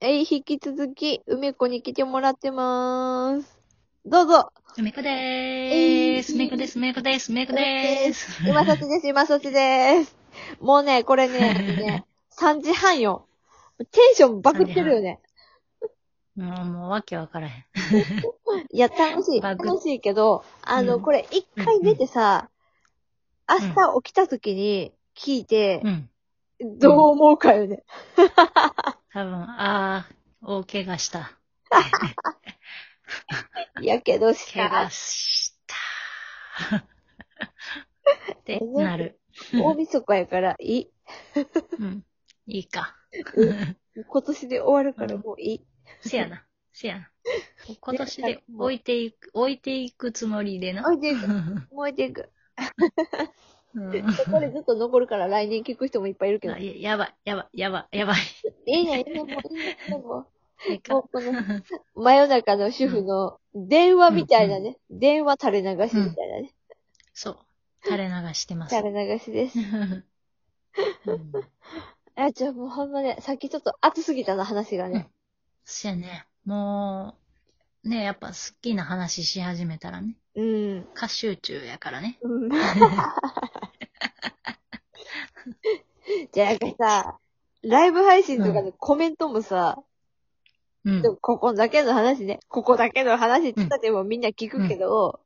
えい、引き続き、梅子に来てもらってまーす。どうぞ、すめこでえいーす。すめこです、すめこです、すめこでーす。今さちです、今さちでーす。もうね、これね、 ね3時半よ。テンションバグってるよね。もう、もうわけわからへん。いや、楽しい。バグ楽しいけど、あの、うんこれ一回出てさ、明ん日起きた時に聞いてう、ん。どう思うかよね。多分、あー、大怪我した。いやけどし怪た我。した。 ってなる。大晦日やから、いい。うん。いいか。今年で終わるからもういい。せやな。せやな。今年で置いていく、置いていくつもりでな。 置いていく燃えていく。うんこれずっと残るから来年聞く人もいっぱいいるけどあ。ややばい、やばい、やばい、やばい。いいね、いいね、もういいね、も。いいうもうこかの、真夜中の主婦の電話みたいなね、電話垂れ流しみたいなね、 そう。垂れ流してます。垂れ流しです。 うんあ、じゃあもうほんまね、さっきちょっと熱すぎたな、話がね。そやね。もう、ね、やっぱ好きな話し始めたらね。うん。過集中やからね。うん じゃあなんかさ、ライブ配信とかのコメントもさ、うんで。もここだけの話ね、ここだけの話って言ったってもみんな聞くけど、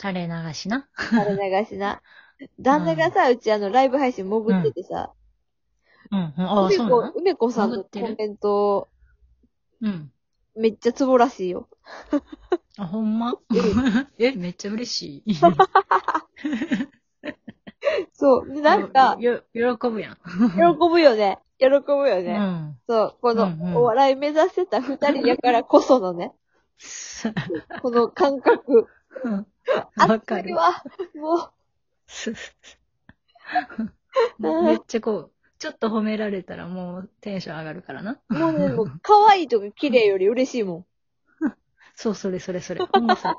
垂れ流しな。垂れ流しな。旦那がさ、うちあの、ライブ配信潜っててさ、うん。うんああ、梅そうな子の、梅子さん潜のってコるメント、うん。めっちゃツボらしいよ。あ、ほんま え、めっちゃ嬉しい。そう。で なんか、 よ、よ喜ぶやん。喜ぶよね。喜ぶようね。ん。そう。このうんう、んお笑い目指してた二人やからこその ね、この感覚。あわっかる。は、も めっちゃこう、ちょっと褒められたらもうテンション上がるからな。う、もうね、もう、可愛いとか綺麗より嬉しいもそう、それそれそれ。ほん まそう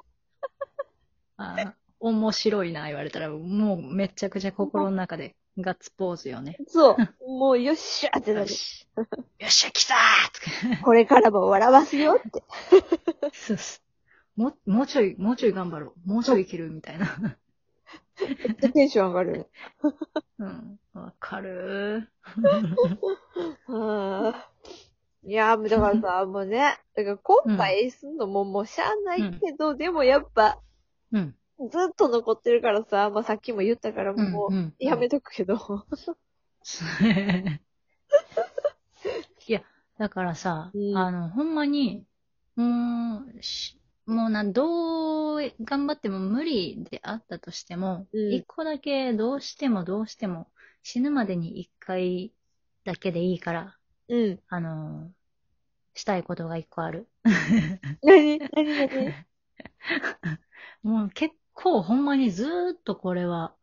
あー面白いな、言われたら、もうめちゃくちゃ心の中でガッツポーズよね。ん。そう。もう、よっしゃってなよる。し、よっしゃ、来たーとこれからも笑わすよって。か。 そうっす。もう、もうちょい、もうちょい頑張ろう。もうちょいいけるみたいな。めっちゃテンション上がるよね。うん。わかる うんいやー、もうだからさ、もうね、だから今回すんのも、もうしゃあないけど、でもやっぱ、ー。うん。ずっと残ってるからさ、まあさっきも言ったからうん。もう、うんやめとくけ ど。 いや、だからさ、うんあの、ほんまに、もう、しもうな、どう頑張っても無理であったとしても、うん一、個だけどうしてもどうしても死ぬまでに一回だけでいいから、うん。あの、したいことが一個ある。なになになにもう結構ほんまにずーっとこれは、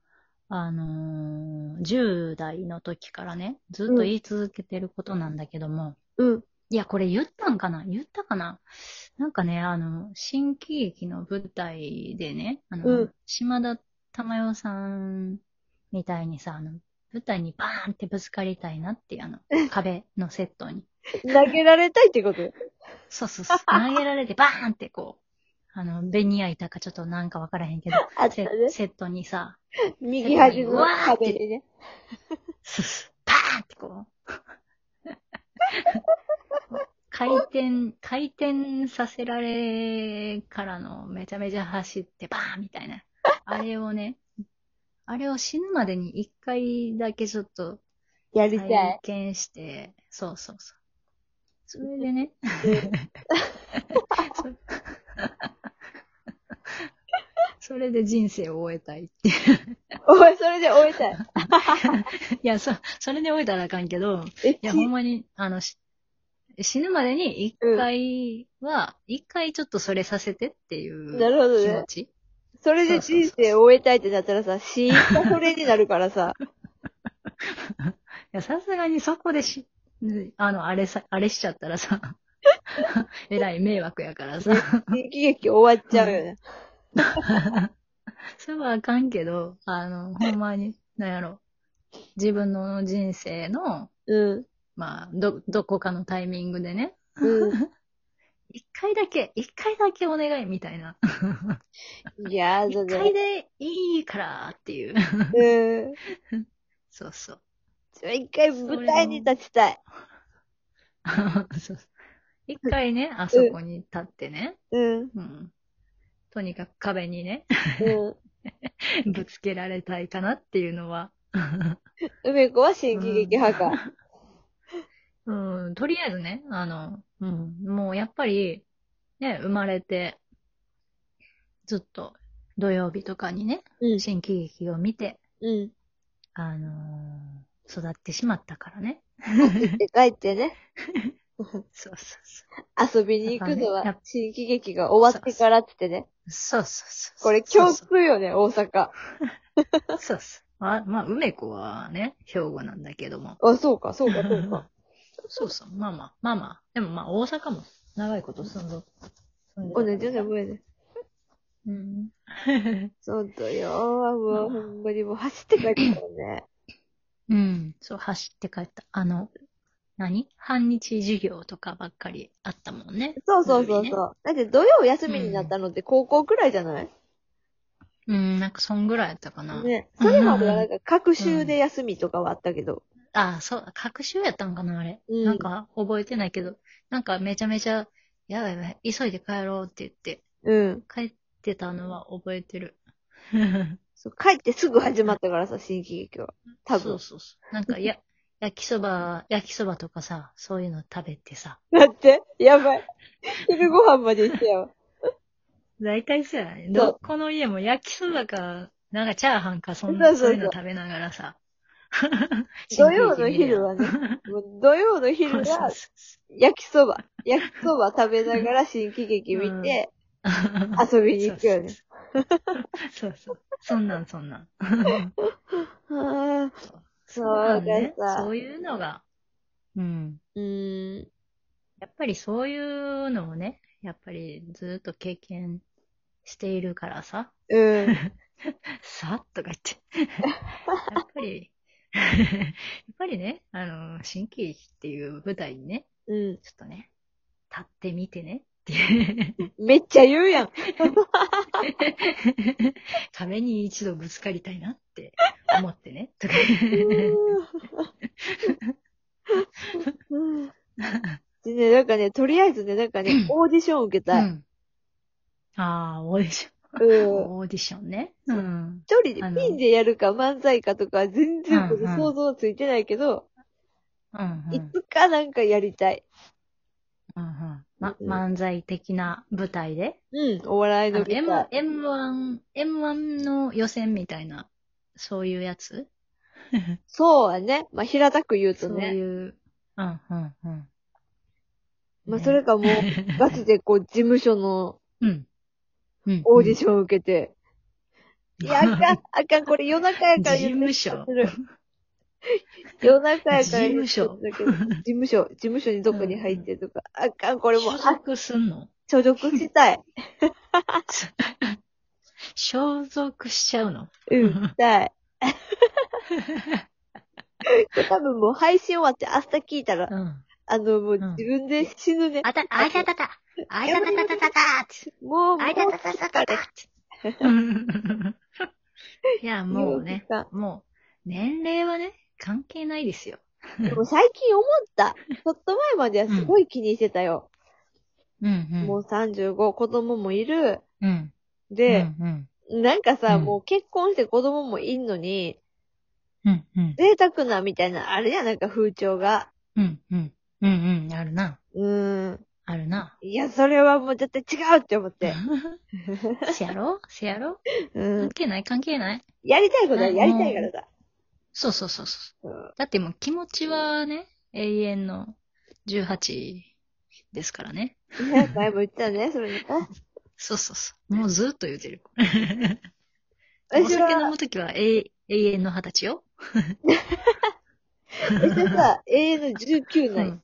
あのー10代の時からね、ずっと言い続けてることなんだけども、うん。いや、これ言ったんかな言ったかななんかね、あの、新喜劇の舞台でね、あの、うん島田珠代さんみたいにさ、あの、舞台にバーンってぶつかりたいなっていう、あの、壁のセットに。投げられたいってことそうそうそう。投げられてバーンってこう、あの、ベニヤ板かちょっとなんかわからへんけど、 あったセね。セットにさ、右端の壁にね。スス パーンってこう。回転、回転させられからのめちゃめちゃ走ってバーンみたいな。あれをね、あれを死ぬまでに一回だけちょっとやりたい体。験して、そうそうそう。それでね、それで人生を終えたいっていう。 お前それで終えたい。いや、そ、それで終えたらあかんけど、え、いや、ちほんまに、あの、し死ぬまでに一回は、一、回ちょっとそれさせてっていうなるほど気ね持。ち。それで人生終えたいってなったらさ、死因がそれになるから さ。いや、さすがにそこでし、あの、あれさ、あれしちゃったらさ、 えらい迷惑やからさ、新喜劇終わっちゃうよね。それはあかんけど、あの、ほんまに、なんやろ、自分の人生の、うん。まあ、ど、どこかのタイミングでね、う一回だけ、一回だけお願いみたいな。ん。いやー、一それ。回でいいからっ ていう。うん。そうそう。自分一回舞台に立ちたい。 そうそう一回ね、あそこに立ってね、うん。うん。とにかく壁 にね、うん。ぶつけられたいかなっていうのは、梅子は新喜劇派か。 うん、とりあえずね、あの、うん、もうやっぱり、ね、生まれて、ずっと土曜日とかにね、うん。新喜劇を見て、うん。あのー育ってしまったからね。で、帰ってね、そうそうそ遊びに行くのやっはぱ、新喜劇が終わってからってってね。う。そうそうそう。これ教そう訓よね、大阪。そうそうそう。まあ、まあ、梅子はね、兵庫なんだけども。あ、そうか、そうか、そうか。そうそう、まあまあ、まあまあ。でもまあ、大阪も長いこと住んど、住ん同でたからじようなもんやね。うん。 そうだよ。もう、ほんまにもう走って帰ってたもんね。うん。そう、走って帰った。あの、何半日授業とかばっかりあったもんね。そうそうそうねそう。だって土曜休みになったのって高校くらいじゃない、うん、なんかそんぐらいやったかな。ね。うんそれまではなんか、各週で休みとかはあったけど。ああ、そう、隔週やったんかな、あれ。うんなんか覚えてないけど、なんかめちゃめちゃ、やばいやばい、急いで帰ろうって言って、うん。帰ってたのは覚えてる。そう帰ってすぐ始まったからさ、新喜劇は。多そう分。そうそう。なんか、 や、焼きそば、焼きそばとかさ、そういうの食べてさ。だって、やばい。昼ご飯まで行ってよ。大体そうやね。そうどこの家も焼きそばか、なんかチャーハンか、そんそうそな、うそうそういうの食べながら さ。土曜の昼はね、もう土曜の新喜劇昼見るやん。は そう焼きそば。焼きそば食べながら新喜劇見て、そうそう遊びに行くよね。。そうそうそうそう。そんなん、そんなん。はあそうなんだねさそ。ういうのが、うん。うーん。やっぱりそういうのをね、やっぱりずっと経験しているからさ。うん。さとか言って。やっぱり、 やっぱりね、あの、新喜劇っていう舞台にね、うん。ちょっとね、立ってみてねっていう。めっちゃ言う やん。壁に一度ぶつかりたいなって思ってね、とか。うんでね、なんかね、とりあえずね、なんかね、オーディション受けたうい。んああ、オーディション。うん。オーディションね。うん。一人であのピンでやるか漫才かとかは全然うんうん想像ついてないけど、うん、ういん。つかなんかやりたい。うんうんま、漫才的な舞台でうん、お笑いあのの舞 M- 台。 M1、M1 の予選みたいな、そういうやつそうはね。まあ、平たく言うとそうね。いう、うん、うん、うん。まあ、それかもう、ガチでこう、事務所のうん。うん。オーディシション受けて、いや、あ かん、あかん、これ夜中やから事務所言って夜中やから言って事務所だけど事務所、事務所にどこに入ってとか、あかん、こ れもう、所あ属すんの所属したい。所属しちゃうのうん、した い。これ多分もう配信終わって明日聞いたら、うん。あの、もううん自分で死ぬね。あた、あいたたたあいたたたたたたってもう、もうあいたたたたたたって いや、もうね、もう、年齢はね、関係ないですよ。でも最近思った。ちょっと前まではすごい気にしてたよ。うんもう35、子供もいる。うん。うん。で、うんうん。なんかさ、うんもう結婚して子供もいんのに、うんうん。贅沢なみたいな、あれやん、なんか風潮が。うんうん。うんうん。あるな。うーん。あるな。いや、それはもう絶対違うって思って。 せやろせやろうん関。係ない関係ない。やりたいことはやりたいからさ。そうそうそうそうう。だってもう気持ちはね、永遠の18ですからね。ん。ね前も言ってたね、それね。そうそうそう。もうずっと言うてる。お私酒飲は、むときは永永遠の20歳よ。私はさ、永遠の19うなんよん、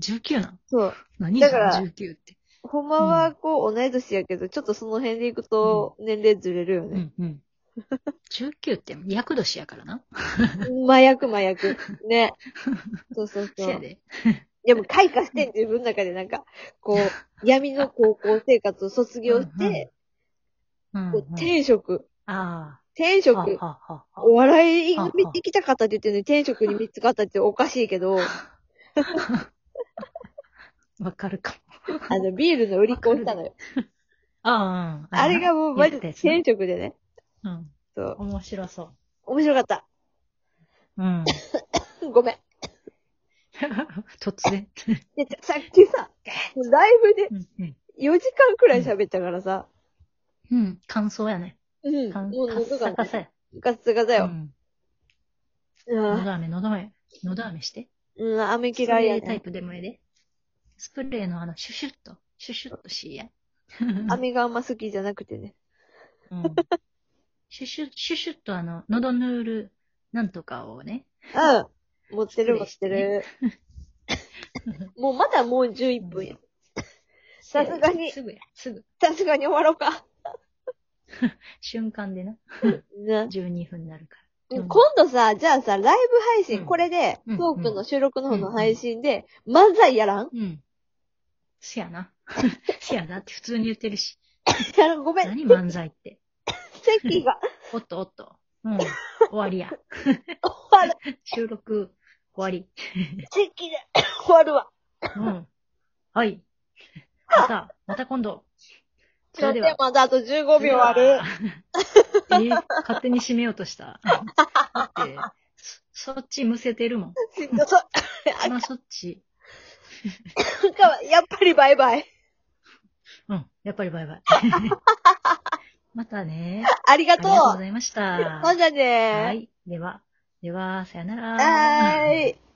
19なんそう。何だだかからら19って。ほんまは、こう、同い年やけど、ちょっとその辺で行くと、年齢ずれるようね。んうん。 19って厄年やからな。麻薬麻薬。 ね。そうそうそせやう。で。でも開花してん自分の中でなんか、こう、闇の高校生活を卒業しうんうんて、うん、うこんう。転職、あ転あ。は職、はははお笑いに見てきた方って言ってね、転職に見つかったっておかしいけど、 わかるかも。あの、ビールの売り子をしたのよ。ああ。あれがもうマジでうん転職でね。言ってそうたやつね。。うん。面白そ面白かった。う。うん。ごめん。 突然。でさっきさ、ライブでうんうん4時間くらい喋ったからさ、うん。感想やね。うん、感もうカッ喉がサね、カサや。ガッツガだうよ。ん。うん喉飴、喉飴。喉飴して。うん、雨スプ嫌いやレータイね。プでもええで。スプレーのあの、シュシュッと、シュシュッとしいや。雨があんま好きじゃなくてね。うんシュシュッ、シュシュッとあの、喉塗るなんとかをね。うん。持ってる持ってる。 もうまだもう11分や。さすがにすぐや、すぐ。さすがに終わろうか。瞬間でな。ね。 12分になるか今ん度さ、じゃあさ、ライブ配信、うんこれで、うんトークの収録の方の配信で、漫才やらん ら。うん。せやな。 せやなって普通に言ってるし。やらんごめん。何漫才って。席がおっとおっと。うん。終わりや。終わる。収録終わり。席で終わるわ。うん。 はい。また、また今度。そなれんででは。まだあと15秒あ る。それで は。え勝手に締めようとした。だって、そそっちむせてる もん。しんどそう。今そっち。なんかはやっぱりバイバイ。うん。やっぱりバイバ イ。またね。ありあがりとう。がとうございました。ほんじゃねー。はい。では、では、さよなら。はーい。